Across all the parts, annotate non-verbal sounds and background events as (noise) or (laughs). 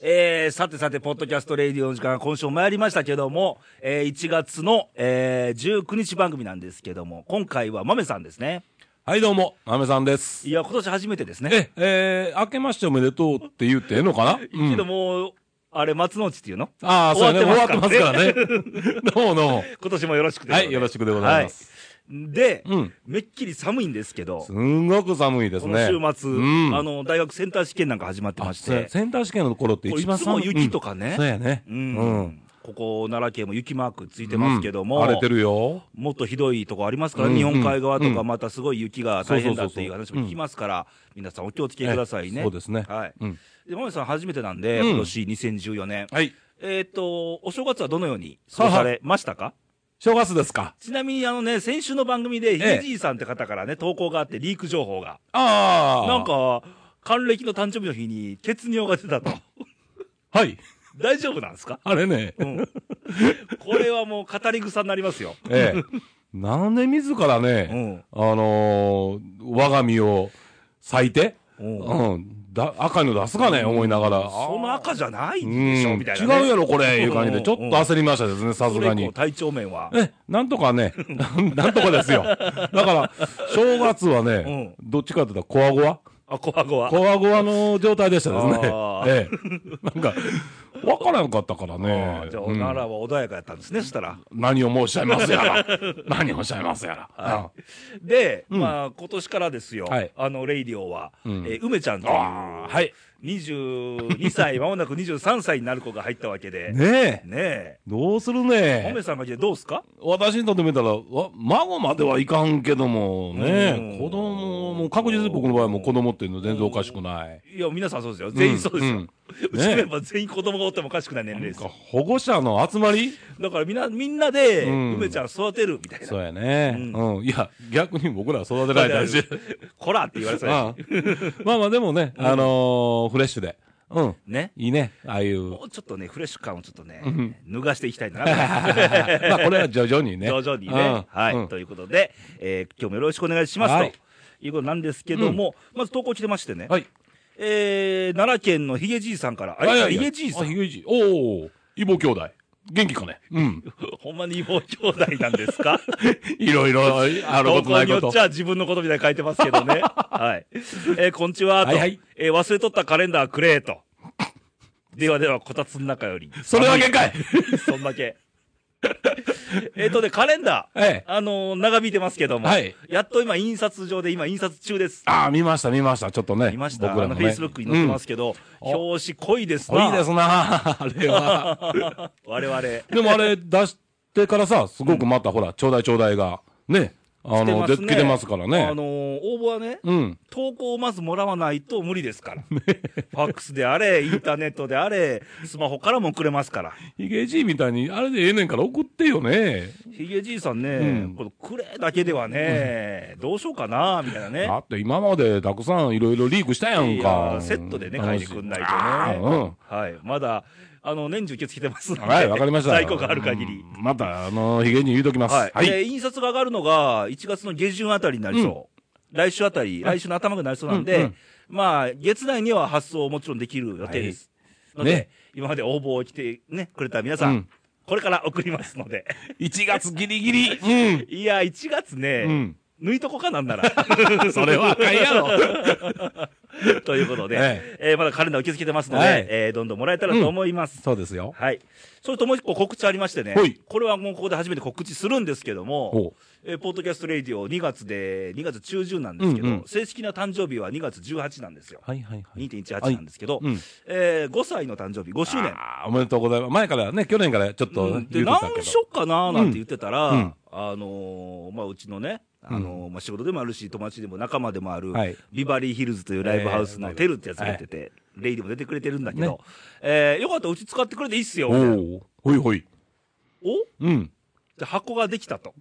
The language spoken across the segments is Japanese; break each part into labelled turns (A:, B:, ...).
A: えー、さてさて、ポッドキャストレイディオの時間が今週も参りましたけども、えー、1月の、えー、19日番組なんですけども、今回は豆さんですね。
B: はい、どうも、まめさんです。
A: いや、今年初めてですね。
B: え、えー、明けましておめでとうって言ってええのかな、うん
A: けどもう、あれ、松の内っていうの
B: ああ、そうやね。終わってますからね。
A: (laughs)
B: どうもどうも。
A: 今年もよろしくとうこと
B: はい、よろしくでございま。す。
A: はいで、
B: うん
A: めっきり寒いんですけど、
B: すんごく寒いです
A: こ
B: ね。
A: の週末、
B: うん、
A: あの、大学センター試験なんか始まってまし
B: そうや
A: て、
B: センター試験の頃って一番寒
A: こ
B: い。
A: れいつも雪とかね
B: うんそうやね。
A: うん、
B: うん
A: ここ、奈良県も雪マークついてますけども、
B: うん荒れてるよ。
A: もっとひどいとこありますから、
B: うん
A: 日本海側とか、
B: うん
A: またすごい雪が大変だっていう話も聞きますから、皆さんお気をつけくださいね。
B: えそうですね
A: はい。
B: うん
A: で、まめさん初めてなんで、
B: うん
A: 今年2014年。
B: はい。
A: えーっ、と、お正月はどのように過ごされましたか
B: 正月ですか
A: ちなみにあのね、先週の番組で、ひげじいさんって方からね、投稿があって、リーク情報が。
B: ああ。
A: なん。か、還暦の誕生日の日に血尿が出たと。 (laughs)
B: はい。
A: 大丈夫なんですか
B: あれね。
A: うん。これはもう語り草になりますよ。(laughs)
B: ええ。なんで自らね、あのー、我が身を咲いて、
A: うん
B: うん、だ赤いの出すかね、思いながら。
A: その赤じゃない
B: うん
A: でしょみたいな、ね。
B: 違うやろ、これ、いう感じで、ちょっと
A: うん
B: 焦りましたですね、さす
A: そ
B: が
A: れ以降
B: に。
A: 体調面は。
B: え、なんとかね、 (laughs) なんとかですよ。だから、正月はね、どっちかというと、コワゴワ
A: あ、こわごわ。
B: コワゴワの状態でしたですね
A: あ。ー
B: ええ。なんか、わからんかったから
A: あ
B: ね
A: ーじゃあ、。
B: うん
A: 奈良は穏やかやったんですね、そしたら。
B: 何を申し上げますやら。何をおっしゃいますやら。うん
A: で、まあ、今年からですよ、
B: はい
A: あの、レイディオは、
B: うん
A: えー梅ちゃんという、
B: あーはい。
A: 22歳、
B: (laughs)
A: まもなく23歳になる子が入ったわけで、ね
B: ねえ。
A: え、
B: どうする
A: おめ
B: ね
A: さんが来てどうすか
B: 私にとってみたら、わ孫まではいかんけども、ね
A: うん
B: え。子供も、確実に僕の場合はもう子供っていうのは全然おかしくない。
A: いや、皆さんそうですよ。全員そうです (laughs) よ。う
B: うんうん
A: ちの
B: ね
A: メンバー全員子供がおってもおかしくない年齢です
B: なん
A: よ
B: か。保護者の集まり
A: だからみんな、みんなで、
B: うん
A: 梅ちゃん育てるみたいな。
B: そうやね、
A: う
B: うん。いや、逆に僕らは育てられたし。
A: こらって言われ (laughs) そうや
B: ああまあまあでもね、あのーフレッシュで。うん。
A: しね。
B: いいね。ああいう。 (laughs)
A: もうちょっとね、フレッシュ感をちょっとね
B: ん、
A: 脱がしていきた
B: (laughs)
A: いな。
B: まあこれは徐々にね。
A: 徐々に
B: うん
A: ね。はい、
B: うん
A: ということで、えー今日もよろしくお願いしますと。
B: はいいう
A: ことなんですけども、まず投稿来てましてね。
B: はい。
A: えー、奈良県のヒゲじいさんから。あ
B: は
A: れ
B: は
A: ヒゲじいさ
B: あひ
A: ん。
B: げじい。おお。異母兄弟。元気かね。うん。
A: ほんまに妹兄弟なんです
B: (laughs)
A: か
B: いろいろある
A: 投
B: こと
A: 稿
B: な
A: (laughs)
B: い
A: によ
B: こ
A: っ
B: と
A: ち。ゃ自分のことみたいに書いてますけど
B: (laughs)
A: ね。はい。えー、こんちは、と。
B: はいはい
A: えー忘れとったカレンダーくれ、と。ではでは、こたつの中より。
B: それだけかい。
A: そんだけ。えっとね、カレンダー。
B: ええ
A: (laughs) あのー長引いてますけども。
B: はい
A: やっと今、印刷上で、今、印刷中です。
B: ああ、見ました、見ました。ちょっとね。
A: 見ました。
B: 僕
A: あ
B: ら
A: の、
B: も
A: フ
B: ね。。
A: ェイスブックに載ってますすけど、
B: うんお
A: 表紙濃いですな。
B: いいですな、あ (laughs) れは。
A: (laughs) 我々。
B: でもあれ出してからさ、すごくまたほら、ちょうだいちょうだいが、ね、あの、出てきてますから
A: あ
B: ね。
A: のー応募はね、
B: うん。
A: 投稿をまずもらわないと無理です
B: (laughs)
A: から。ファックスであれ、インターネットであれ、スマホからもくれますから。
B: ヒゲじいみたいに、あれでええねんから送ってよね。
A: ひげじいさんね、
B: うん
A: このくれだけではね、どうしようかな、みたいなね。
B: だって今までたくさんいろいろリークしたやん
A: い
B: か
A: や。セットでね、書
B: 楽
A: い
B: して
A: くんない
B: あ
A: と
B: ー
A: ね。はい。まだ、あの、年中受け付けてますんで。
B: うん。はい、わかりました。
A: 在庫がある限り。
B: うん。また、あの、ヒゲに言うときます。
A: は。
B: はいい。
A: で、印刷が上がるのが、1月の下旬あたりになりそう。来週あたり、来週の頭ぐらいになりそうなん
B: うんう
A: で
B: ん、
A: まあ、月内には発送もちろんできる予定です。
B: い
A: ので
B: ね、
A: 今まで応募を来てね、くれた皆さ
B: うんん、
A: これから送りますので。 (laughs)
B: 1月ギリギリ。うん。
A: いや、1月ね、抜いとこかなんなら。
B: (laughs) それはあかんや
A: (laughs)
B: ろ。
A: ということで、
B: え
A: えーまだカレンダー受け付けてますの
B: は
A: で
B: い、
A: えーどんどんもらえたらと思います。
B: そうですよ。
A: はい。それともう一個告知ありましてね
B: ほい。
A: これはもうここで初めて告知するんですけども
B: ほ、
A: えーポッドキャストレイディオ2月で、2月中旬なんですけど、
B: うんうん
A: 正式な誕生日は2月18なんですよ。
B: はいはいはい。
A: 2.18なんですけど、
B: うん
A: えー5歳の誕生日、5周年。
B: あーおめでとうございます。前からね、去年からちょっと
A: う
B: 言っ
A: ん
B: てた
A: で、
B: けど。
A: 何しよっかなーなんて言ってたら、
B: うんうん
A: あのーまあ、うちのね、あのーまあ、仕事でもあるし、友達でも仲間でもある、
B: はい
A: ビバリーヒルズというライブハウス
B: え
A: の
B: ー
A: テルってやつが出てて、レイでも出てくれてるんだけど、
B: ね
A: えーよかったらうち使ってくれていいっすよ。
B: おおほいほい。
A: お
B: うん。
A: で箱ができたと。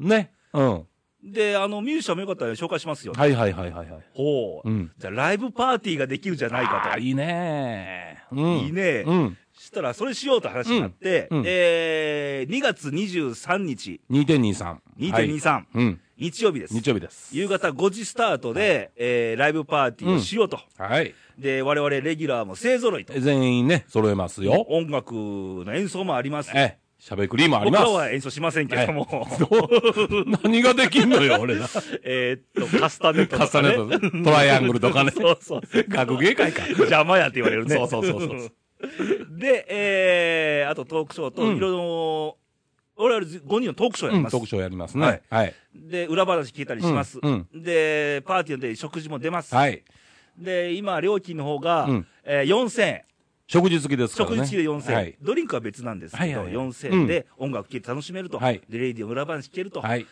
B: ね。うん。
A: で、あの、ミュージシャンもよかったら紹介しますよね。
B: はいはいはいはいはい。
A: ほう。
B: うん
A: じゃあ、ライブパーティーができるじゃないか
B: あ、
A: と。
B: いいねー。うん。
A: いいね
B: うん。
A: したら、それしようと話になって、
B: うんうん
A: えー、2月23日、
B: 2.23。
A: 2.23、
B: はいうん。
A: 日曜日です。
B: 日曜日です。
A: 夕方5時スタートで、えー、ライブパーティーをしようと。
B: はい。
A: で、我々レギュラーも勢揃いと。
B: 全員ね、揃えますよ。
A: 音楽の演奏もあります。
B: ええ、しゃべくりもあり
A: 僕
B: ます
A: ら。は演奏しませんけども、
B: どう (laughs) 何ができんのよ、俺ら。
A: (laughs) えーっと、カスタネットと
B: カス
A: か
B: タネ
A: ね。
B: ット、トライアングルとかね。
A: (laughs) そうそうそう。
B: 学芸会か。
A: (laughs) 邪魔やって言われるね。
B: (laughs) そうそうそうそう。
A: (laughs) で、えー、あとトークショーと、
B: うん
A: いろいろ、我々5人のトークショーや
B: う
A: り
B: ん、
A: ます。
B: 特徴やります
A: は
B: ね
A: い。
B: はい。
A: で、裏話聞いたりします。
B: うん
A: で、パーティーで食事も出ます。
B: はい。
A: で、今、料金の方が、
B: うん
A: えー4000円。
B: 食事付きですから
A: 食
B: ね。
A: 事付きで4000円、
B: はい。
A: ドリンクは別なんですけど、
B: はいはいはい
A: 4000円で音楽聴いて楽しめると。
B: はい
A: で、レイディオ裏話聞けると。
B: はい。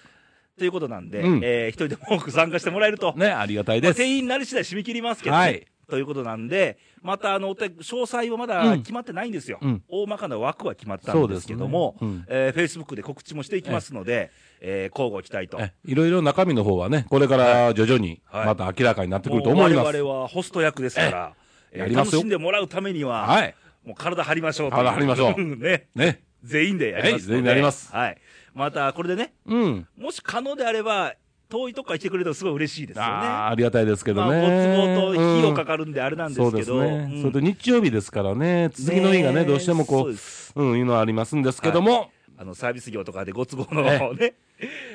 A: ということなんで、
B: うん
A: えー一人でも多く参加してもらえると。
B: ね、ありがたい
A: まあ
B: です。
A: 定員になり次第締め切りますけどね。
B: はい
A: ということなんで、また、あの、お手詳細はま
B: う
A: だ
B: ん
A: 決まってないんですよ。
B: うん
A: 大まかな枠は決まった
B: そ
A: ん
B: う
A: で
B: ですね
A: すけども、
B: うん
A: えー、Facebook で告知もしていきますので、えー、交互期待と。
B: えいろいろ中身の方はね、これから徐々に
A: はい
B: また明らかになってくると
A: も
B: 思
A: う
B: います。
A: 我々はホスト役ですから、えー
B: やりますよ
A: 楽しんでもらうためには、
B: はい。
A: もう体張りましょうと
B: 体張りましょう
A: (laughs) ね。
B: ね。
A: 全員でやりますので。
B: はい全員でやります
A: はい。また、これでね、
B: うん。
A: もし可能であれば、遠いとこから来てくれるとすごい嬉しいですよね。
B: あーありがたいですけ
A: ま
B: ど
A: あ、
B: ね。
A: ご都合と費用か
B: か
A: かるんであれなんですけど、
B: そうです
A: う
B: ね。
A: ん
B: それと日曜日ですからね、次の日が
A: ねえ
B: ね、どうしても
A: そう
B: こ
A: で
B: う、うん、いうのはありますんですけども、
A: あの、サービス業とかでご都合の
B: え
A: ね、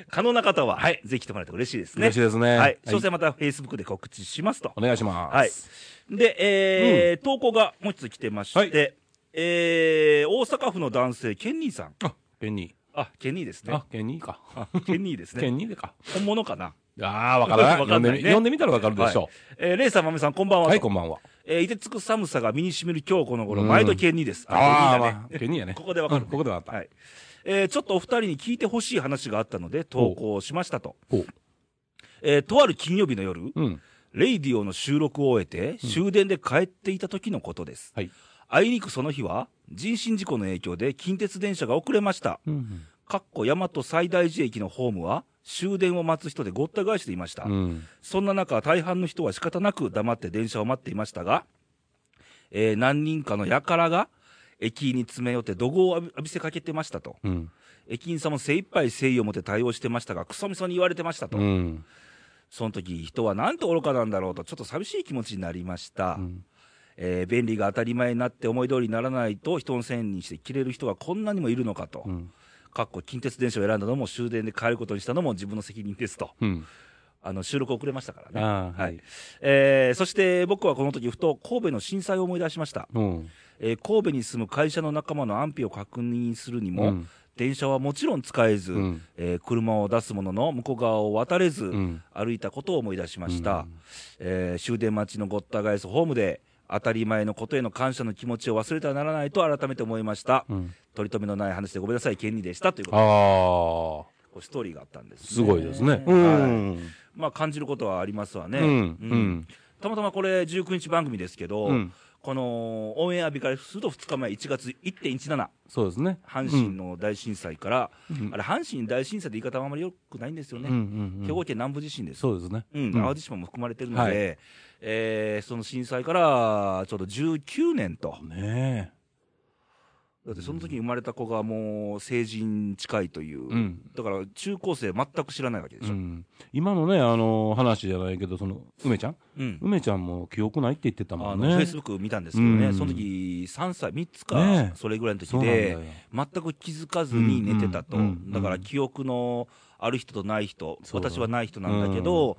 A: 可能な方は、ぜひ来てもらえると嬉しいですね。
B: 嬉しいですね
A: はい。
B: はい
A: 詳細また Facebook で告知しますと。
B: お願いします。
A: はい。で、えー投稿がもう一つ来てまして、
B: はい
A: えー大阪府の男性、ケンニーさん。
B: あ、ケニ
A: あ、ケンニーです
B: ー。
A: ね
B: あ。、ケニーか。
A: ケンニーです
B: ケ
A: ね。
B: ニーでか。
A: 本物かな。
B: ああ、わからな
A: (laughs)
B: い。
A: わか
B: 読
A: ん
B: ん
A: ないね
B: でみ、読んでみたらわかるでし
A: は
B: ょ
A: いえーレイさん、まめさん、こんばん
B: う。
A: は。
B: はい、こんばんは。
A: えー、いてつく寒さが身にしみる今日この頃、
B: うん
A: 毎度ケンニーです。
B: ああ、
A: ケンニーだね
B: まあ、ケニーやね。
A: ここでわかる
B: うんここでわかっ
A: はい。えーちょっとお二人に聞いてほしい話があったので、投稿しましたと。
B: た。ほ
A: えーとある金曜日の夜、
B: う。うん。
A: レイディオの収録を終えて、終電で帰っていた時のことです。
B: はい。
A: あいにくその日は、人身事故の影響で近鉄電車が遅れました。
B: うん。
A: かっこ大和西大寺駅のホームは、終電を待つ人でごった返していました。
B: うん。
A: そんな中、大半の人は仕方なく黙って電車を待っていましたが、えー何人かの輩が、駅員に詰め寄って怒号を浴び浴びせかけてましたと。
B: うん。
A: 駅員さんも精一杯誠意を持って対応してましたが、クソみそに言われてましたと。
B: うん。
A: その時、人はなんて愚かなんだろうと、ちょっと寂しい気持ちになりました。
B: ん
A: えー便利が当たり前になって思い通りにならないと、人のせいにして切れる人がこんなにもいるのかと。
B: ん
A: かっこ近鉄電車を選んだのも終電で帰ることにしたのも自分の責任ですと。
B: うん。
A: あの、収録遅れましたからね。
B: ああ、
A: は
B: はいい。
A: えーそして僕はこの時ふと神戸の震災を思い出しました。
B: うん。
A: えー神戸に住む会社の仲間の安否を確認するにも、
B: うん
A: 電車はもちろん使えず、
B: うん
A: えー車を出すものの向こう側を渡れず、
B: ん
A: 歩いたことを思い出しました、えー終電待ちのごった返すホームで当たり前のことへの感謝の気持ちを忘れてはならないと改めて思いました、
B: うん。
A: 取り留めのない話でごめんなさいケンニーでしたということで
B: ああ、
A: こうストーリーがあったんです、ね、
B: すごいですね。
A: はいまあ感じることはありますわね、
B: うん。うん。
A: たまたまこれ19日番組ですけど、
B: うん
A: このオンエア日からすると2日前1月1.17
B: そうですね。
A: 阪神の大震災から、あれ、阪神大震災って言い方はあんまりよくないんですよね、
B: うんうんうん
A: 兵庫県南部地震です、
B: そうですね。
A: うん
B: うん
A: 淡路島も含まれてるので、
B: はい
A: えーその震災からちょうど19年と、
B: ね
A: だってその時に生まれた子がもう成人近いという、
B: うん
A: だから中高生、全く知らないわけで
B: え。
A: し
B: う
A: ょ、
B: ん。今のね、あの、話じゃないけど、その、梅ちゃん
A: うん
B: 梅ちゃんも記憶ないって言ってたも
A: あ
B: ん
A: の
B: ね。
A: フェイスブック見たんですけどね、
B: うん
A: その時3歳、3つ
B: ね
A: か、
B: え
A: それぐらいの時
B: そうなんだ
A: で
B: よ、
A: 全く気づかずに寝てたと、
B: うんうんうん
A: だから記憶のある人とない人、
B: そうだ
A: 私はない人なんだけど、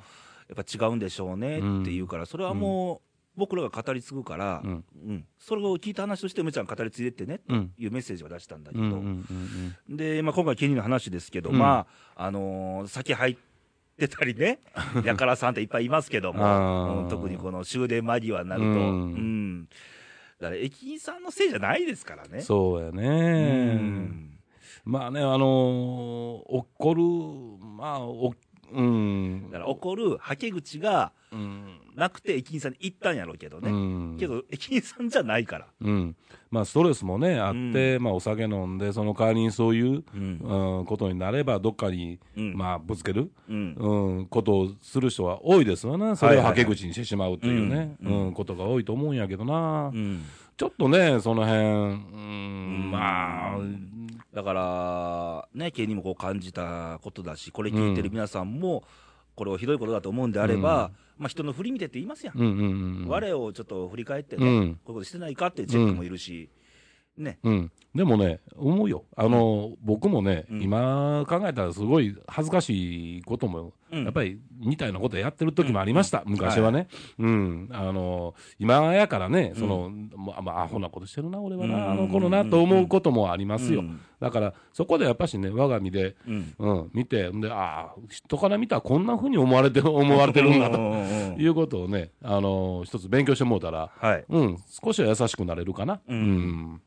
A: やっぱ違うんでしょうねって言うから、それはもう、僕らが語り継ぐから、う
B: うんん
A: それを聞いた話として、梅ちゃん語り継いでってねって
B: うん
A: いうメッセージは出したんだけ
B: う
A: ど、
B: んうんうん
A: で、まあ、今回、ケニーの話ですけど、
B: うん
A: まあ、あのー酒入ってたり
B: (laughs)
A: ね、やからさんっていっぱいいますけど
B: あ
A: も、
B: ー
A: うん特にこの終電間際になると、う
B: うんん。
A: だから、駅員さんのせいじゃないですから
B: う
A: ね。
B: ん。そうや
A: う
B: ね。
A: ん
B: まあね、あのー、怒る、まあ、お、うん。
A: だから、怒るはけ口が、
B: うん
A: なくて駅員さんに行ったんやろうけど
B: う
A: ね。
B: ん。
A: けど、駅員さんじゃないから。
B: うん。まあ、ストレスもね、あって、まあ、お酒飲んで、その代わりにそういう、
A: うん。
B: うん、ことになれば、どっかに、
A: うん
B: まあ、ぶつける、
A: うん。
B: うん、ことをする人は多いですわな。それをはけ口にしてしまうっていうね、
A: はいはいは
B: う
A: い
B: ん、ことが多いと思うんやけどな。
A: うん。
B: ちょっとね、その辺、うん、
A: ん
B: まあ、
A: だから、ね、経営にもこう感じたことだし、これ聞いてる皆さんも、これをひどいことだと思うんであれば、まあ人の振り見てって言いますやん。
B: うんうんうん。
A: 我をちょっと振り返ってね、
B: うん
A: こういうことしてないかっていうチェックもいるし、ね。
B: うん、でもね、思うよ、あの僕もね、
A: うん
B: 今考えたら、すごい恥ずかしいことも、
A: うん
B: やっぱりみたいなことやってる時もありました、昔はね、うんあの、今やからね、そのもうまあ、アホなことしてるな、俺はな、あの頃な
A: うん
B: と思うこともありますよ、
A: うん
B: だからそこでやっぱしね、我が身で、
A: うん。
B: うん、見て、んでああ、人から見たらこんなふうに思われてる (laughs) 思われてるんだ
A: う
B: と
A: んうんうん
B: いうことをね、あの一つ勉強してもうたら、
A: はい。わ
B: うん、少しは優しくなれるかな。
A: うん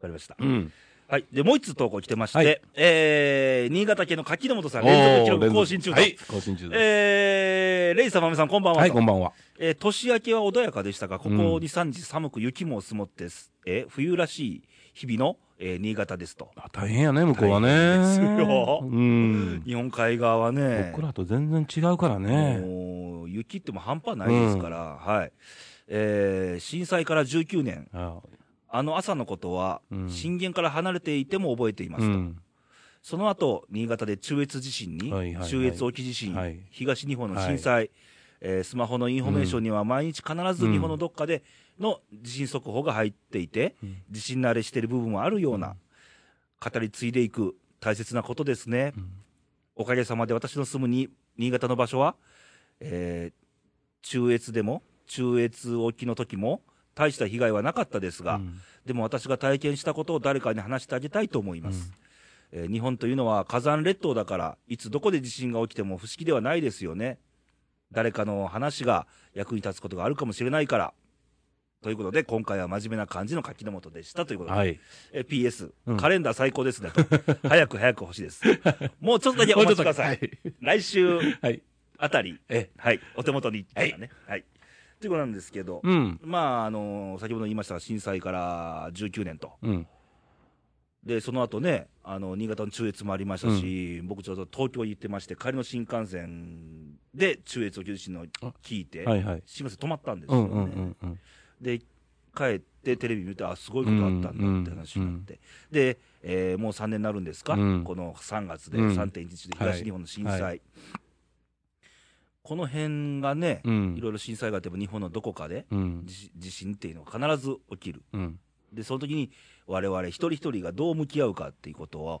A: かりました。
B: うんうん
A: はい。で、もう一つ投稿来てまして、
B: はい
A: えー、新潟県の柿本さん、連続記録更新中と。
B: はい、更新中です。
A: えー、レイさん、まめさん、こんばんは。
B: はい、こんばんは。
A: えー年明けは穏やかでしたが、ここ
B: うん
A: 2、3日寒く雪も積もってす、えー冬らしい日々の、えー新潟ですと。
B: あ大変やね、向こうはね。
A: 大変ですよ
B: うん。
A: 日本海側はね、
B: 僕らと全然違うからね。
A: もう雪ってもう半端ないですから、はい。えー震災から19年、
B: あ
A: あの朝のことは
B: う、ん
A: 震源から離れていても覚えています
B: う
A: と。
B: ん。
A: その後、新潟で中越地震に、
B: はいはいはい
A: 中越沖地震、
B: はい
A: 東日本の震災、えースマホのインフォメーションには毎日必ず日本のどっかでの地震速報が入っていて、
B: うん
A: 地震慣れしている部分もあるような、語り継いでいく大切なことですね。
B: うん
A: おかげさまで私の住むに新潟の場所は、えー中越でも、中越沖の時も、大した被害はなかったですが、
B: うん
A: でも私が体験したことを誰かに話してあげたいと思います。えー日本というのは火山列島だから、いつどこで地震が起きても不思議ではないですよね。誰かの話が役に立つことがあるかもしれないから。ということで、今回は真面目な感じの柿の本でしたということで、
B: はい。
A: えー PS、
B: うん
A: カレンダー最高ですね (laughs) と。早く早く欲しいです。もうちょっとだけお待ちください。
B: もうちょっ
A: 来週
B: と。はい。
A: あたり、
B: え。
A: はい、お手元に、ね。はい。ということなんですけど、
B: うん。
A: まあ、あのー先ほど言いましたが、震災から19年と。
B: うん。
A: で、その後ね、あの、新潟の中越もありましたし、僕ちょうど東京行ってまして、帰りの新幹線で中越を地震の聞いて、
B: はいはい。
A: 新幹線止まったんです
B: う
A: よ
B: ん
A: ね。
B: うんうんうん。
A: で、帰ってテレビ見て、あ、すごいことあった
B: うんうん
A: んだって話になって。で、えーもう3年になるんですか、
B: うん
A: この3月で、
B: うん
A: 3.11で東日本の震災。
B: は
A: この辺がね、
B: うん
A: いろいろ震災があっても日本のどこかで
B: うん。
A: 地地震っていうのは必ず起きる。
B: うん。
A: で、その時に我々一人一人がどう向き合うかっていうことを、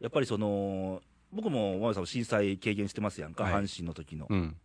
A: やっぱりその、僕も、まさんも震災経験してますやんか、
B: はい
A: 阪神の時の。
B: うん。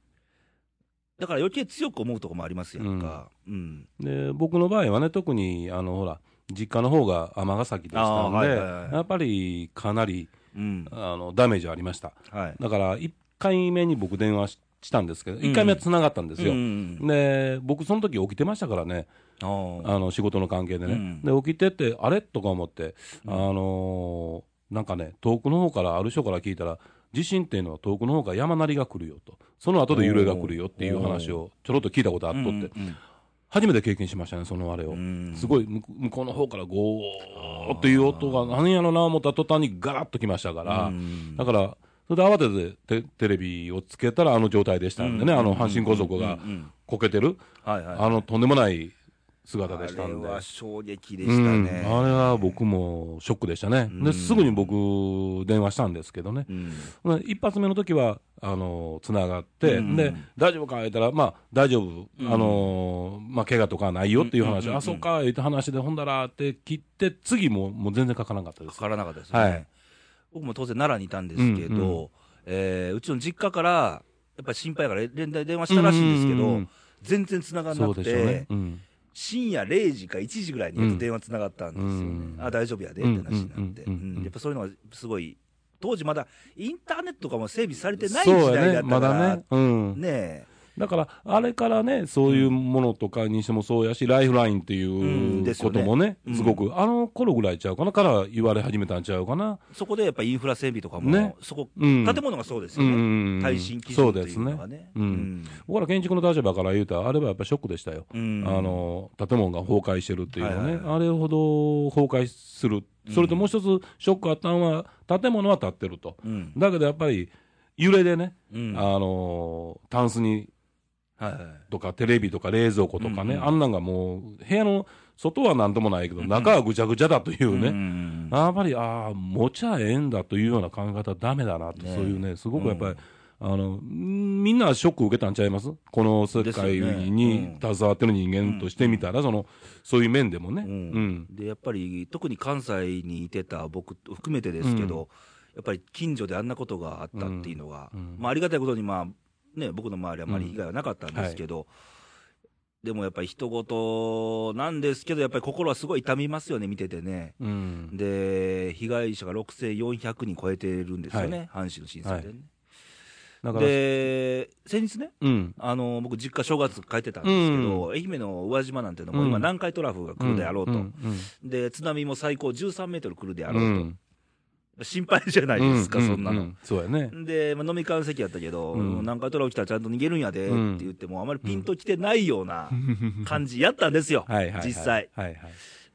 A: だから余計強く思うとこもありますやんか。うん。
B: で、僕の場合はね、特に、あの、ほら、実家の方が尼崎でし
A: あ
B: た
A: ー
B: ん
A: は
B: で、
A: いはいはい
B: やっぱりかなり、
A: うん。
B: あの、ダメージはありました。
A: はい。
B: だから、1回目に僕電話ししたんですけど、1回目は繋がったんですよ。
A: うん。
B: で、僕その時起きてましたからね、
A: あー
B: あの仕事の関係でね、
A: う
B: で起きてって、あれとか思って、あのーなんかね、遠くの方から、ある人から聞いたら、地震っていうのは遠くの方から山なりが来るよと、その後で揺れが来るよっていう話をちょろっと聞いたことあっとって、
A: うん
B: 初めて経験しましたね、そのあれを。
A: うん
B: すごい向こ向こうの方からゴーっていう音が、何やろな思った途端にガラッときましたから、
A: うん
B: だから、それで慌ててテテレビをつけたら、あの状態でしたんでね、あの阪神高速が
A: うんうん
B: こけてる。
A: はいはい。
B: あのとんでもない姿
A: あ
B: でした
A: れ
B: んで。
A: は衝撃で
B: う
A: した
B: ん、
A: ね。
B: あれは僕もショックでしたね、
A: うん
B: ですぐに僕、電話したんですけどね、
A: うん
B: まあ一発目の時はあのつながって、
A: うん
B: で大丈夫か言ったら、まあ、大丈夫、
A: ん
B: あのまあ怪我とかはないよっていう話、
A: うんうんうんうん
B: あそうか言って話で、ほんだらって切って、次ももう全然書かなかったで
A: か
B: す。
A: からなかったですね、
B: はい
A: 僕も当然奈良にいたんですけど、
B: うんう
A: えーうちの実家から、やっぱり心配やから連絡電話したらしいんですけど、
B: うんうんうん
A: 全然繋がんな
B: そう
A: く
B: で
A: て、
B: しょうね。うん
A: 深夜0時か1時ぐらいにやっと電話繋がったんですよね、
B: うん
A: あ大丈夫やでって話になって、
B: うんうんうんうん
A: うんやっぱそういうのがすごい、当時まだインターネットとかも整備されてない時
B: そう
A: 代だ
B: や
A: った
B: ね、
A: か
B: ま
A: ら、
B: だね、うん、
A: ねえ
B: だから、あれからね、そういうものとかにしてもそうやし、ライフラインってい
A: んで
B: う
A: すよ
B: こ
A: ね
B: ともね、
A: うん
B: すごく、あの頃ぐらいちゃうかな、から言われ始めたんちゃうかな。
A: そこでやっぱインフラ整備とかも、
B: ね
A: そこ、
B: うん。
A: 建物がそうです
B: う
A: よ
B: ん
A: ね、
B: うんうん
A: 耐震基準というの
B: そう
A: が
B: ですね。
A: ね。
B: うん僕ら建築の立場から言うと、あれはやっぱショックでしたよ。
A: うん
B: あの、建物が崩壊してるっていうの
A: はい
B: ね
A: は。いは
B: あれほど崩壊する。それともう一つショックあったのは、建物は建ってると。
A: うん
B: だけどやっぱり、揺れでね、
A: うん
B: あの、タンスに
A: はいはい
B: とかテレビとか冷蔵庫とかね、
A: うんうん
B: あんなんがもう部屋の外はなんともないけど、中はぐちゃぐちゃだという
A: う
B: ね、
A: ん
B: やっぱりああ、持ちゃええんだというような考え方はダメだなと、
A: ね
B: そういうね、すごくやっぱり、あのんみんなショック受けたんちゃいますこの世界
A: ですよね
B: に携わってる人間としてみたら、そのそういう面でもね、
A: う
B: うんん
A: でやっぱり特に関西にいてた僕含めてですけど、やっぱり近所であんなことがあったっていうのが、
B: うん
A: まあ、ありがたいことに、まあね、僕の周りはあまり被害はなかったんですけど、でもやっぱり人事なんですけど、やっぱり心はすごい痛みますよね、見ててね。
B: うん
A: で、被害者が6400人超えてるんですよね、阪神の震災でね。
B: だから、
A: で、先日ね、
B: うん、
A: あの僕、実家、正月帰ってたんですけど、愛媛の宇和島なんてのも、今、
B: うん
A: 南海トラフが来るであろうと、
B: んうん
A: で津波も最高13メートル来るであ
B: う
A: ろうと、
B: ん
A: 心配じゃないですか、
B: う
A: そんなの。
B: うそうやね、
A: で、まあ、飲み会の席やったけど、
B: うん、
A: 南海トラフ来たらちゃんと逃げるんやでって言っても、あまりピンと来てないような感じやったんですよ
B: (laughs) はいはいはい、
A: 実際。
B: はいはい、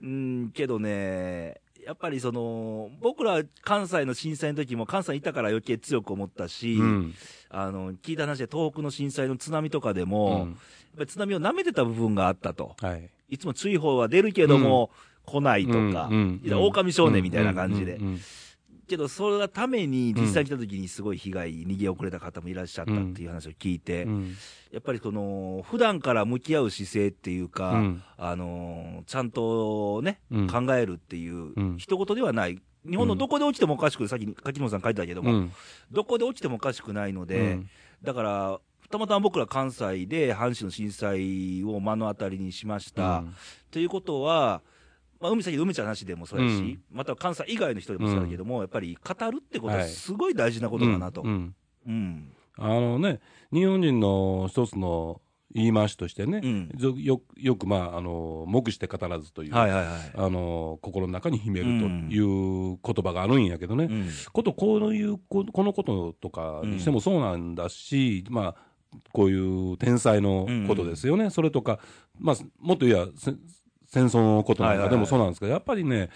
A: うん、けどね、やっぱりその、僕ら関西の震災の時も関西にいたから余計強く思ったし、
B: うん
A: あの、聞いた話で東北の震災の津波とかでも、
B: う
A: やっ
B: ん
A: ぱり津波を舐めてた部分があったと。
B: はい、
A: いつも注意報は出るけども、来ないとか、
B: うん
A: いや狼少年みたいな感じで。
B: うんうんうん
A: けど、それがために、実際来た時にすごい被害、逃げ遅れた方もいらっしゃったっていう話を聞いて、
B: うん
A: やっぱりその、普段から向き合う姿勢っていうか、
B: うん
A: あのーちゃんとね、
B: うん
A: 考えるっていう
B: う、ん
A: 一言ではない。日本のどこで起きてもおかしく、さっき柿本さん書いてたけど
B: う
A: も、
B: ん
A: どこで起きてもおかしくないの
B: う
A: で、
B: ん
A: だから、たまたま僕ら関西で阪神の震災を目の当たりにしました。ということは、まあ、海先海ちゃんの話でもそうやし、
B: うん
A: また関西以外の人でもそうだけども、やっぱり語るってことは
B: はい
A: すごい大事なことだなと。
B: うんうん
A: うん
B: あのね、日本人の一つの言い回しとしてね、
A: うん
B: ぞよよく、まあ、あの目して語らずという、
A: はいはいはい。
B: あの心の中に秘めるという言葉があるんやけどね、
A: うん
B: ことこういうここのこととかにしてもそうなんだし、まあ、こういう天才のことですよね、それとか、まあ、もっと言えばせ戦争のことなん
A: はいはいは
B: か
A: い
B: でもそうなんですけど、やっぱりね、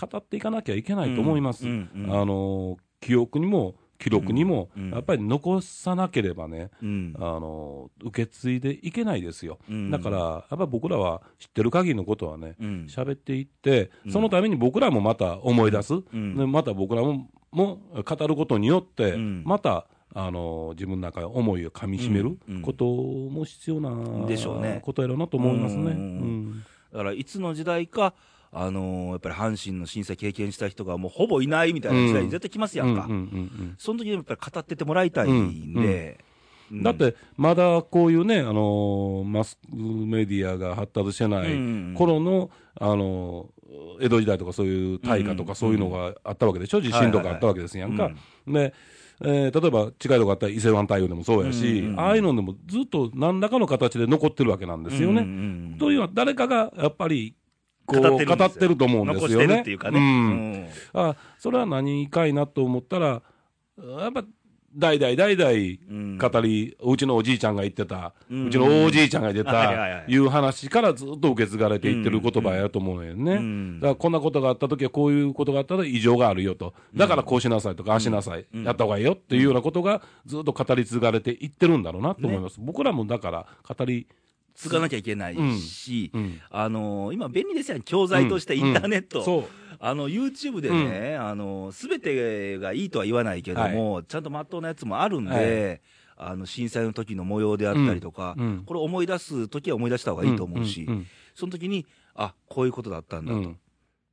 B: 語っていかなきゃいけないと思います。
A: うんうんうん
B: あの記憶にも記録にも、
A: うんうん
B: やっぱり残さなければね、
A: うん
B: あの受け継いでいけないですよ、
A: うん
B: だからやっぱり僕らは知ってる限りのことはね、
A: うん
B: 喋っていって、そのために僕らもまた思い出す、
A: ん
B: でまた僕らもも語ることによって、
A: ん
B: またあの自分の中で思いをかみしめる
A: うんうん
B: ことも必要な
A: でしょうね
B: ことやろうなと思いますね。
A: うんだから、いつの時代か、あのーやっぱり阪神の震災経験した人がもうほぼいないみたいな時代に絶対来ますやんか。
B: うんうんうんうん
A: その時でもやっぱり語ってってもらいたいんで。うん
B: だっ、て、まだこういうね、あのーマスクメディアが発達してな
A: うんうんうん
B: い頃の、あのー江戸時代とかそういう大火とかそういうのがあったわけでしょ、地震とかあったわけですやんか。
A: はいは
B: で、えー例えば近いとこあったら伊勢湾対応でもそうやし、
A: うんうんうん
B: ああいうのでもずっと何らかの形で残ってるわけなんですよね。
A: うんうんうん
B: というのは誰かがやっぱりこう
A: 語ってるんですよ
B: 語ってると思うんですよ
A: 残
B: ね。
A: してるっていうかね。
B: うん
A: うん
B: あそれは何かいなと思ったら、やっぱ代々代
A: ん
B: 々語り、うちのおじいちゃんが言ってた、う
A: うん
B: ちのおじいちゃんが言って
A: はいはいは
B: た
A: い、
B: いう話からずっと受け継がれていってる言葉やと思うのよね。
A: ん
B: だからこんなことがあった時はこういうことがあったら異常があるよと。だからこうしなさいとか、ああしなさい、やった方がいいよっていうようなことがずっと語り継がれていってるんだろうなと思います。僕らもだから語り、
A: 継がなきゃいけないし、
B: うんうん
A: あのー今便利ですよね、教材としてインターネット。
B: そう。
A: あの、YouTube でね、あの、すべてがいいとは言わないけども、ちゃんと真っ当なやつもあるんで、あの、震災の時の模様であったりとか、
B: うんうん
A: これ思い出す時は思い出した方がいいと思うし、
B: んん
A: その時に、あ、こういうことだったんだ
B: う
A: と。
B: んうん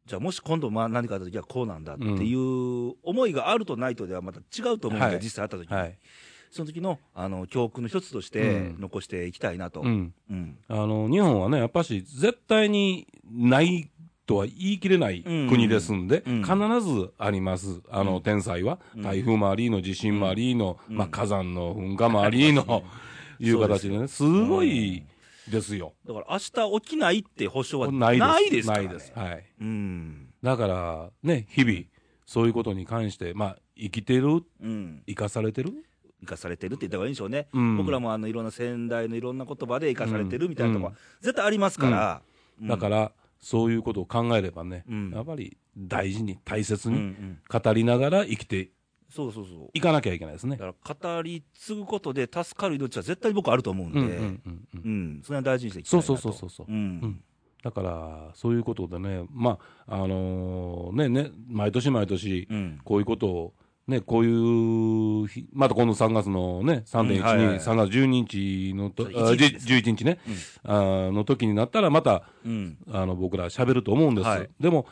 A: じゃあもし今度まあ何かあった時はこうなんだっていう思いがあるとないとではまた違うと思うんで、
B: はい
A: 実際あった時に。
B: はい。
A: その時の、あの、教訓の一つとして
B: うん
A: 残していきたいなと。
B: うん
A: うん
B: あの日本はね、やっぱし絶対にないとは言い切れない国ですんで、
A: うんうん
B: 必ずあります、あの
A: (laughs)
B: 天災は、台風もありの、地震もありの、まあ、火山の噴火もありの、いう形でね、すごいですよ。
A: だから明日起きないって保証は
B: ないです。
A: ないですからね。
B: ないですはい。
A: うん。
B: だから、ね、日々、そういうことに関して、まあ、生きてる、
A: うん。
B: 生かされてる
A: 生かされてるって言った方がいいんでしょうね。
B: うん
A: 僕らもあのいろんな先代のいろんな言葉で生かされてるみたいなとこは
B: う
A: 絶対ありますから。うん
B: だから、そういうことを考えればね、
A: うん
B: やっぱり大事に、大切
A: うんう
B: に
A: ん。
B: 語りながら生きて
A: そうそうそう。
B: いかなきゃいけないですね。
A: だから語り継ぐことで助かる命は絶対に僕あると思うんで、
B: う
A: うん
B: うんんうんうん
A: それは大事にしていきたい
B: そう
A: なと。
B: そうそうそうそう。
A: う
B: うんん。だから、そういうことでね、まあ、あのね、ね、毎年毎年
A: う、ん。
B: こういうことを、ね、こういう日、また今度3月のね、3.12、
A: うんはいはいはい
B: 3月12日のと、あ
A: そう11
B: 11
A: です
B: 日ね、あーの時になったら、また、
A: うん。
B: あの、僕ら喋ると思うんです。
A: はい
B: でも、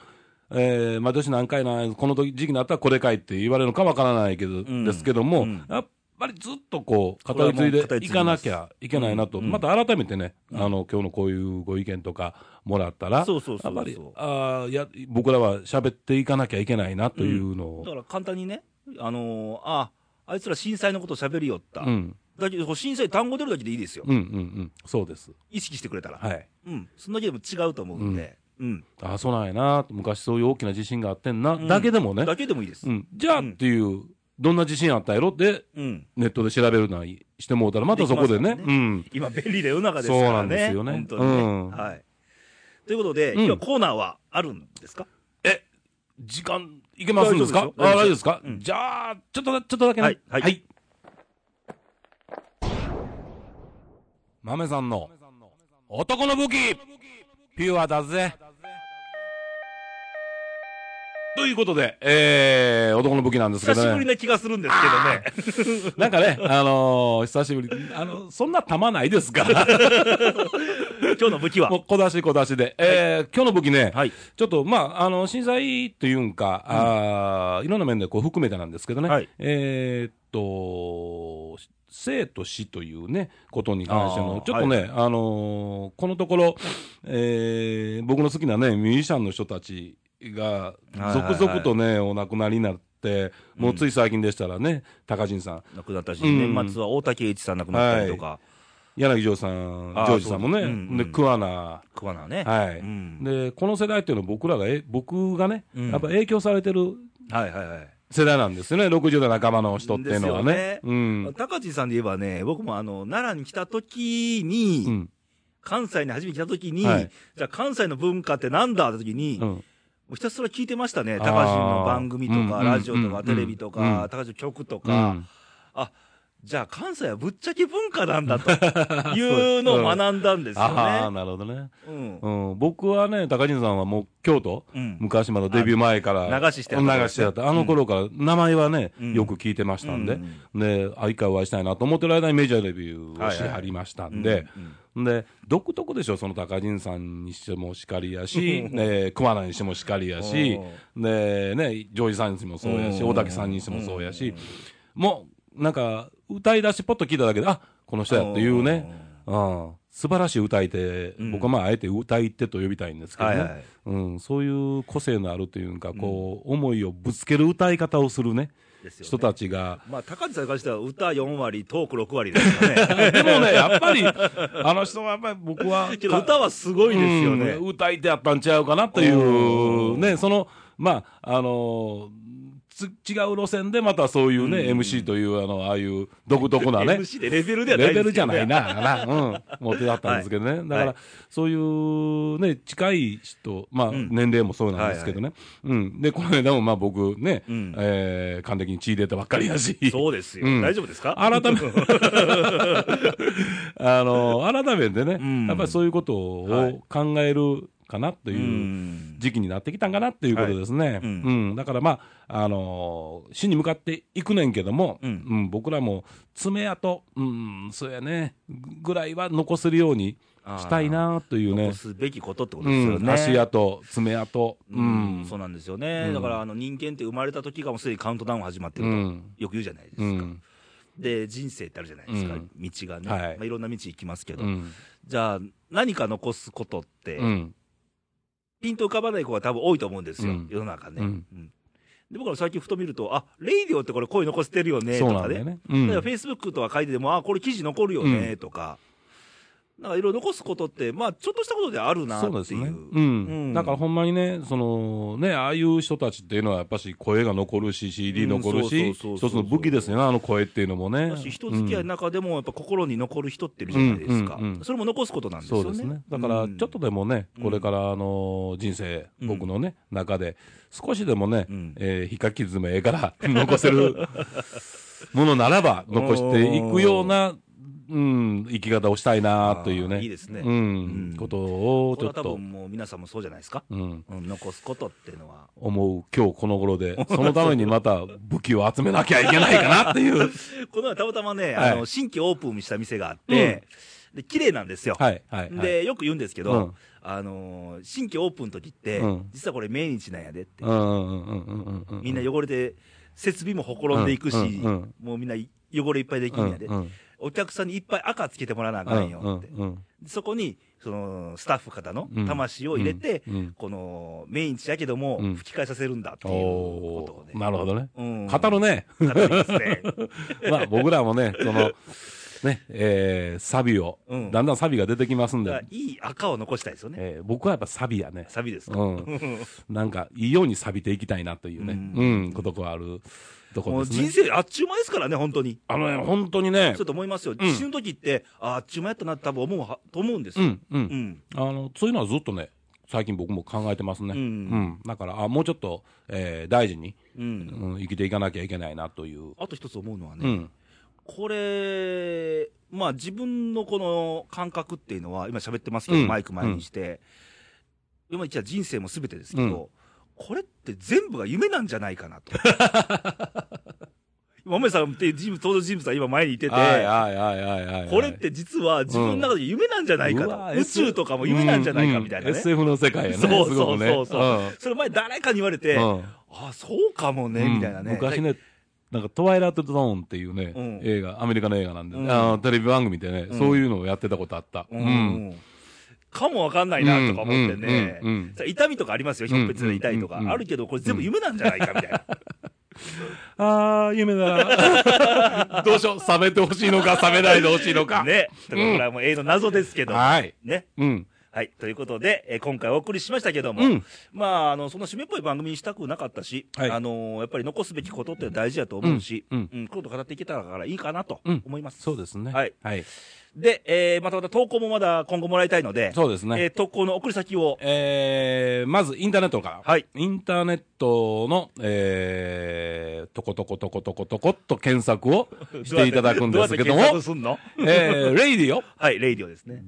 B: えー、毎年何回な、この時時期になったらこれかいって言われるのかわからないけど、
A: ん
B: ですけども、
A: うん
B: やっぱりずっとこう、語り継いで
A: これはもう語り継
B: い
A: ぎ
B: か
A: ま
B: な
A: す
B: きゃいけないなと、
A: うん
B: また改めてね、あの、今日のこういうご意見とかもらったら、
A: そうそうそうそう
B: やっぱり、あーいや、僕らは喋っていかなきゃいけないなというのを、
A: だから簡単にね、あのーあ、あいつら震災のこと喋りよった。
B: うん、
A: だけど、震災単語出るだけでいいですよ。
B: うん、うん、うん、そうです。
A: 意識してくれたら。
B: はい。
A: うん。そんだけでも違うと思うんで。うん。
B: ああ、そうなんやな、昔そういう大きな地震があってんな、
A: うん
B: だけでもね、
A: だけでもいいです
B: う。ん、じゃあっていう、どんな地震あったやろって、
A: うん。
B: ネットで調べるなりしてもうたら、またそこでね、
A: できます
B: う
A: から
B: ん。
A: 今、便利な世の中ですからね。
B: そうなんですよね
A: 本当にね。
B: うん
A: はい。ということで、
B: うん
A: 今コーナーはあるんですか
B: え、時間、いけますんですかあ、
A: 大丈
B: 大丈
A: 夫
B: 夫
A: で
B: ですす
A: よ
B: か、
A: うん
B: じゃあ、ちょっとだ、ちょっとだけね。
A: はいはい
B: 豆さんの、男の武器、ピュアだぜ。ということで、えー、男の武器なんですけ
A: 久
B: ど
A: し
B: ね。
A: ぶりな気がするんですけ
B: なんかね、あのー久しぶり、あの、そんな玉ないですから、 (laughs)
A: ど (laughs) ね。今日の武器は
B: も。う小出し小出しで。えー今日の武器ね、
A: はい。
B: ちょっと、まあ、あの、震災というんか、あーいろんな面でこう含めてなんですけどね、
A: はい
B: えーっと、生と死というね、ことに関して
A: あー
B: の、ちょっとね、あのーこのところ、えー僕の好きなね、ミュージシャンの人たちが
A: は、いはいはい
B: 続々とね、お亡くなりになって、もうつい最近でしたらね、高陣さん、
A: 亡くなったし、
B: うん
A: 年末は大竹栄一さん亡くなったりとか、
B: 柳城さん、ジ
A: あー
B: ョージさんもね、
A: そううん
B: で、桑名、
A: 桑名ね。
B: はい、
A: うん
B: で、この世代っていうのは僕らがえ、僕がね、
A: うん
B: やっぱ影響されてる
A: はいはいはい。
B: 世代なんですよね、60代半ばの人っていうのは
A: です
B: ね。
A: よ
B: う
A: まあ
B: ん。
A: 高知さんで言えばね、僕もあの、奈良に来た時に、
B: うん。
A: 関西に初めて来た時に、
B: はい
A: じゃあ関西の文化ってなんだって時に、
B: う
A: も
B: ん。
A: うひたすら聞いてましたね。
B: あー
A: 高知の番組と
B: うん
A: か、
B: うん
A: ラジオと
B: う
A: か、
B: ん
A: テレビと
B: う
A: か
B: ん、
A: 高知の曲と
B: う
A: か、
B: ん
A: あ、じゃあ関西はぶっちゃけ文化なんだ
B: (laughs)
A: というのを学んだんです
B: ああ、
A: よね。
B: なるほどね。
A: うん。
B: うん。僕はね、高人さんはもう京都、
A: うん
B: 昔まだデビュー前から。
A: あ流ししてや
B: 流
A: った頃
B: してやった。あの頃から名前はね、
A: うん
B: よく聞いてましたんで。
A: う
B: で
A: ん、
B: あ一回お会いしたいなと思ってる間にメジャーデビューをしはりましたんで。
A: うん
B: で、独特でしょ、その高人さんにしてもしかりやし、
A: (laughs)
B: ね、熊名にしてもしかりやし、で、ね、ジョージさんにしてもそうやし、
A: うん
B: 大竹さんにしてもそうやし、もう、なんか、歌い出しポッと聞いただけで、あ、この人やっていうね、うん、素晴らしい歌い手、
A: ん
B: 僕はまあ、あえて歌い手と呼びたいんですけど
A: は
B: ね、
A: いはい
B: うん、そういう個性のあるというか、こう、思いをぶつける歌い方をするね、
A: ですよね
B: 人たちが、
A: まあ、高地さんに関しては歌4割、トーク6割です
B: (laughs)
A: からね。
B: でもね、やっぱり、あの人はやっぱり僕は、
A: (laughs) けど歌はすごいですよね
B: う。ん歌い手やったんちゃうかなという、ね、その、まあ、あのーつ違う路線でまたそういうね、MC という、あの、ああいう独特
A: (laughs)
B: なね、
A: MC でレベルで
B: レ
A: はない
B: ベ
A: ですけどね
B: ルじゃない。な、な、うん、持ってあったんですけどね。だから、
A: はい
B: そういうね、近い人、まあ、
A: ん
B: 年齢もそうなんですけどね。うん。で、この間もまあ僕ね、
A: うん
B: えー、還暦に血出たばっかりやし。
A: そうですよ。
B: うん
A: 大丈夫ですか
B: 改め、 (laughs) あの、改めてね、
A: ん
B: やっぱりそういうこと
A: はい
B: を考えるかなと
A: う。
B: いうん時期になってきたんかなっていうことですね。
A: いうん
B: うん。だからまあ、あのー死に向かっていくねんけども、
A: う
B: うんん、僕らも爪痕、うん、そうやね、ぐらいは残せるようにしたいなというね
A: 残。すべきことってこと
B: う
A: ですよ
B: ん、
A: ね。
B: 足跡、爪痕、う
A: うん
B: ん、
A: そうなんですよね。
B: うん
A: だから、あの、人間って生まれた時がもうすでにカウントダウン始まって
B: う
A: ると、
B: ん、
A: よく言うじゃないですか。
B: うん、
A: で、人生ってあるじゃないですか。
B: うん
A: 道がね。
B: はい
A: まあ、いろんな道行きますけど。
B: うん、
A: じゃあ、何か残すことって、
B: うん、
A: ピンと浮かばない子が多分多いと思うんですよ。
B: うん
A: 世の中ね、
B: うん
A: うんで僕ら最近ふと見ると、あレイディオってこれ声残してるよね
B: そう
A: と
B: な
A: か
B: んだ
A: ね、
B: よね。
A: 例えば
B: う
A: フェイスブックとか書いてても、あこれ記事残るよねとか、なんかいろいろ残すことって、まあ、ちょっとしたことである
B: ん。
A: なって
B: そ
A: いうう。
B: ですね。う。
A: うんん
B: だからほんまにね、その、ね、ああいう人たちっていうのはやっぱし声が残るし、CD
A: うん
B: 残るし、
A: そう
B: 一
A: そうそうそう
B: つの武器ですよね、あの声っていうのもね。
A: だし人付き合いの
B: うん
A: 中でも、やっぱ心に残る人っているじゃないですか、
B: うんうんうん
A: それも残すことなんですよ
B: そ
A: ね。
B: うですね。だから、ちょっとでもね、
A: うん
B: これから、あの、人生、
A: うん
B: 僕のね、中で、少しでもね
A: うん、
B: えー、ひかき爪ええから、 (laughs) 残せるものならば、残していくような、うん、生き方をしたいなという
A: あ
B: ね。
A: ーいいですね
B: う
A: うんん、
B: ことを、
A: こ
B: ち
A: れ
B: ょっ
A: は多
B: と、
A: 分もう皆さんもそうじゃないですか、
B: うん。
A: うん、残すことっていうのは。
B: 思う今日この頃で、そのためにまた武器を集めなきゃいけないかなって
A: (laughs)
B: いう。
A: この前たまたまね、
B: はい
A: あの新規オープンした店があって、で綺麗なんですよ、
B: はい、はい、はい。
A: でよく言うんですけど、
B: うん
A: あのー新規オープンの時って、
B: うん
A: 実はこれ命日なんやでって、
B: うんうんうんうんうんうん。
A: みんな汚れて設備もほころんでいくし、
B: うんうん
A: もうみんな汚れいっぱいできるんやで、
B: うんうん
A: お客さんにいっぱい赤つけてもらわなあ
B: う
A: かん
B: ん
A: よって、
B: うんうん
A: そこにそのスタッフ方の
B: うん
A: 魂を入れて、
B: うんうん
A: この命日やけども、
B: うん
A: 吹き返させるんだっていうこと
B: お
A: をね
B: ー、なるほどね。
A: うん
B: 語るね。
A: 語ります
B: (laughs)
A: ね
B: まあ僕らも
A: (laughs)
B: ね、その、ね、えー、サビを、
A: うん
B: だんだんサビが出てきますん
A: だから
B: で、
A: いい赤を残したいですよね、
B: えー僕はやっぱサビやね。
A: サビですか、 (laughs)
B: うん。なんか、いいように錆びていきたいなというね、う、
A: うん
B: ことがあるとこ
A: も
B: ろ
A: う
B: ですね
A: 人。生あっちゅう間ですからね、本当に。
B: あのね、本当にね
A: ちょっ、と思いますよ、
B: うん
A: 死ぬ時って、ああっちゅう間やったなって多分思うはと思うんです
B: う
A: よ。
B: ん、うん
A: う。ん、
B: あの、そういうのはずっとね、最近僕も考えてますね。
A: うん
B: うんだから、あ、もうちょっと、えー大事に、
A: うん、
B: うん、生きていかなきゃいけないなという。
A: あと一つ思うのは
B: う
A: ね、
B: ん。
A: これ、まあ自分のこの感覚っていうのは、今喋ってますけど、
B: うん
A: マイク前にして、今言った人生もすべてですけど、これって全部が夢なんじゃないか
B: (laughs)
A: なと。今、梅さんっていう人物、登場人物は今前にいてて、
B: はいはいはいはいはい。
A: これって実は自分の中で夢なんじゃないかと
B: うわ。
A: 宇
B: S-
A: 宙とかも夢なんじゃないかみたいな
B: うんうん
A: ね。
B: SF の世界やね。
A: そうそう
B: すごくね
A: そうそうそれ前誰かに言われて、
B: うん
A: あ、そうかもね、みたいなね。
B: うん昔ね、なんか、トワイライトゾーンっていうね、
A: うん
B: 映画、アメリカの映画なんで、
A: うん
B: あのテレビ番組でね、
A: うん
B: そういうのをやってたことあった。
A: うん。かもわかんないな、とか思ってね。
B: うんうんうん
A: 痛みとかありますよ、ひょっぺつで痛いと
B: う
A: か
B: んうん。うん
A: あるけど、これ全部夢なんじゃないか、みたい
B: (laughs)
A: な。
B: あー、夢だな。 (laughs) どうしよう、冷めてほしいのか、冷めないでほしいのか。
A: ね。だからこれはもう永遠の謎ですけど。
B: はい。
A: ね。
B: うん。
A: はい。ということで、えー今回お送りしましたけども、
B: うん
A: まあ、あの、その締めっぽい番組にしたくなかったし、
B: はい
A: あのーやっぱり残すべきことって大事だと思うし、
B: う
A: うんん、こういうこと語っていけたからいいかなと
B: うん
A: 思います。
B: そうですね。
A: はい。
B: はい。
A: で、えーまたまた投稿もまだ今後もらいたいので、
B: そうですね
A: えー投稿の送り先を、
B: えー、まずインターネットから。
A: はい
B: インターネットの、えー、とことことことことこっと検索をしていただくんですけども
A: (laughs) う、やって検索すんの
B: えー、radio.jp。
A: はい、レイディオですね。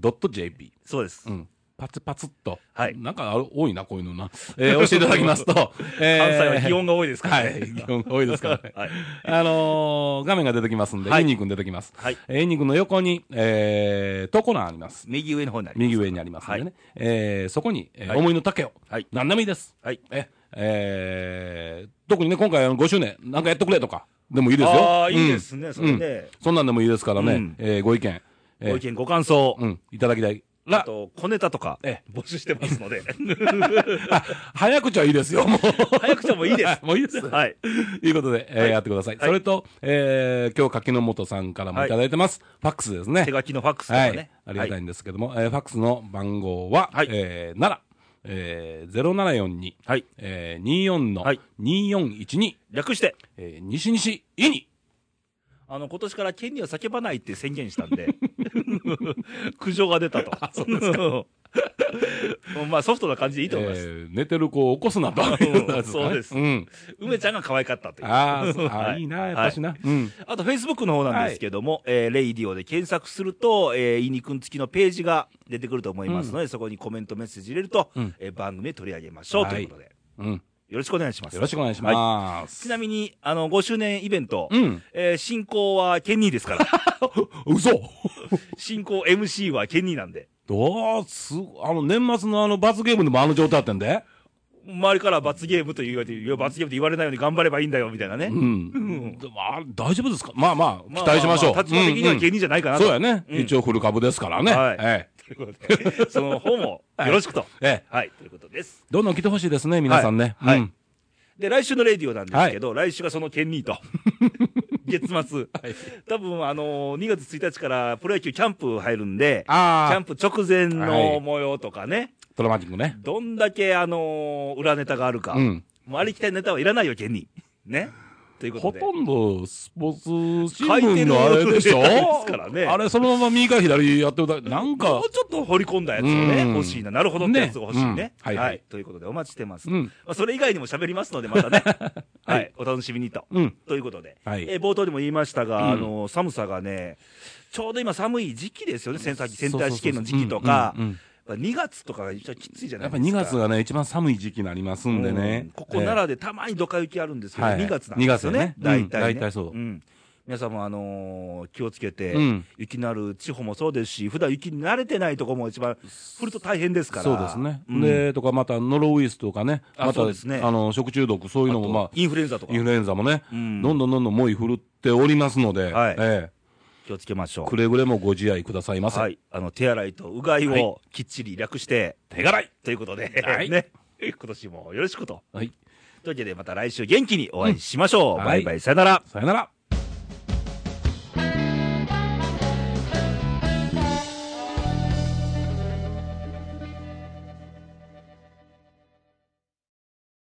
A: そうです。
B: うん。パツパツっと。
A: はい
B: なんかある多いな、こういうのな。えー、押していただ
A: (laughs)
B: きますと。えー
A: 関西は気温が多いですから、
B: は
A: ね。
B: い。基本が多いですからね。
A: はい
B: あのー、画面が出てきますんで、
A: は
B: イ
A: い
B: ンニー君出てきます。
A: はい
B: えーインニー君の横に、えー、とコーナーあります。
A: 右上の方になります。
B: 右上にありますんでね、
A: は
B: えーそこに、えー
A: はい
B: 思いの丈を、
A: はい
B: 何でもいいです、
A: はい。
B: ええー特にね、今回あの5周年、なんかやってくれとか、でもいいですよ、
A: ああ、いいで
B: ね
A: すね、それで、
B: そんなんでもいいですからね、
A: うん
B: えーご意見、えー
A: ご意見、ご感想、
B: うん、いただきたい
A: あ
B: ら、
A: と、小ネタとか、
B: え
A: 募集してます
B: (laughs)
A: ので、
B: あ早口はいいですよ、もう。
A: 早口はもういい
B: (laughs)
A: です。
B: もういいです。
A: はい。
B: ということで、えーやってください。それと、えー、今日柿の本さんからもいただいてます。ファックスですね。
A: 手書きのファックスとか
B: は
A: ね。
B: い。ありがた
A: はい
B: んですけども、えーファックスの番号は、
A: はい
B: えー、7、えー、0742、
A: はい
B: えー、24の、
A: はい
B: 2412、
A: 略して、
B: えー、西西イニ。
A: あの、今年から権利は叫ばないって宣言したん
B: (laughs)
A: で、苦情が出たと。そうです (laughs) か。まあ、ソフトな感じでいい
B: え
A: と思います。
B: ー、寝てる子を起こす
A: (laughs)
B: なということなんかね
A: そうです
B: うん。
A: 梅ちゃんが可愛かったという。
B: あーそうあー、
A: はい
B: いな、やっぱしな。うん。
A: あと、フェイスブックの方なんですけども、えーレイディオで検索すると、えー、いにくん付きのページが出てくると思いますので、そこにコメント、メッセージ入れると、
B: うん
A: えー番組で取り上げましょう
B: はい
A: ということで、
B: うん。
A: よろしくお願いします。
B: よろしくお願いし
A: は
B: ます。
A: ちなみに、あの、5周年イベント、
B: うん
A: えー進行はケニーですから、 (laughs)
B: 嘘
A: 進行 MC はケニーなんで、
B: どうす、あの、年末のあの、罰ゲームでもあの状態だったんで
A: 周りから罰ゲームと言われて、いや罰ゲームと言われないように頑張ればいいんだよ、みたいなね。
B: うん。でもあれ大丈夫ですかまあまあ、
A: まあ
B: 期待しましょう。
A: ああ立場的に
B: う
A: は
B: んうん
A: 芸人じゃないかなと。
B: そうやね。
A: うん
B: 一応フル株ですからね。
A: はい
B: ええ
A: ということ (laughs) で、その方もよろしくと。
B: (laughs) ええ
A: はい、ということです。
B: どんどん来てほしいですね、皆さんね。
A: はい
B: うん
A: で、来週のレディオなんですけど、来週がその県に
B: (laughs)
A: と。月末。
B: はい
A: 多分、あのー、2月1日からプロ野球キャンプ入るんで、キャ
B: あ
A: ンプ直前
B: は
A: の
B: い
A: 模様とかね、
B: あ、トラマジックね。
A: どんだけ、あのー裏ネタがあるか、
B: うん。
A: もうありきたりネタはいらないよ、県に。ね。というこ
B: ほ
A: とで。
B: とんどスポーツ新聞のあれでしょ
A: 書いてるやつですからね
B: あれそのまま右から左やってるだけ。なん
A: も
B: か
A: う、ちょっと掘り込んだやつをね、
B: うん
A: 欲しいな。なるほどってやつが欲しいね。
B: ねうん
A: は、
B: はいいはい
A: ということで、お待ちしてます。
B: うん
A: まあ、それ以外にも喋りますので、また
B: (laughs)
A: ね。はい、
B: はい
A: お楽しみにと。
B: うん。
A: ということで、
B: はい
A: えー冒頭でも言いましたが、
B: うん
A: あの寒さがね、ちょうど今、寒い時期ですよね、センターセンター試験の時期とか、
B: うんうんうん
A: やっぱ2月とかが一番きついじゃな
B: や
A: い
B: っ
A: で
B: ぱ
A: すか。
B: 2月がね、一番寒い時期になりますんで
A: う
B: ね
A: ん。ここ奈良でたまにドカ雪あるんですけど、
B: はい
A: 2月なんですよね、
B: 2月
A: 大
B: ね
A: 体、ね
B: うん大体そうん
A: 皆さんも、あのー気をつけて、
B: うん
A: 雪のある地方もそうですし、普段雪に慣れてないとこも一番、降ると大変ですから、
B: そうですね、
A: うん
B: でとかまたノロウイルスとかね、
A: あ
B: また
A: そうですね
B: あの食中毒、そういうのも、まあ
A: あと、インフルエンザとか
B: イン、フルエンザもね、
A: うん
B: どんどんどんどん猛威振るっておりますので、
A: はい
B: え
A: 気をつけましょ
B: え
A: う。
B: くれぐれもご自愛くださいませ。
A: はい、あの手洗いとうがい
B: はい
A: をきっちり略して、
B: 手洗い、
A: ということで、
B: はい
A: (laughs) ね、今年もよろしくと。
B: はい、
A: というわけで、また来週元気にお会いしましょう。
B: うん
A: バイバイ、さよなら。
B: さよなら。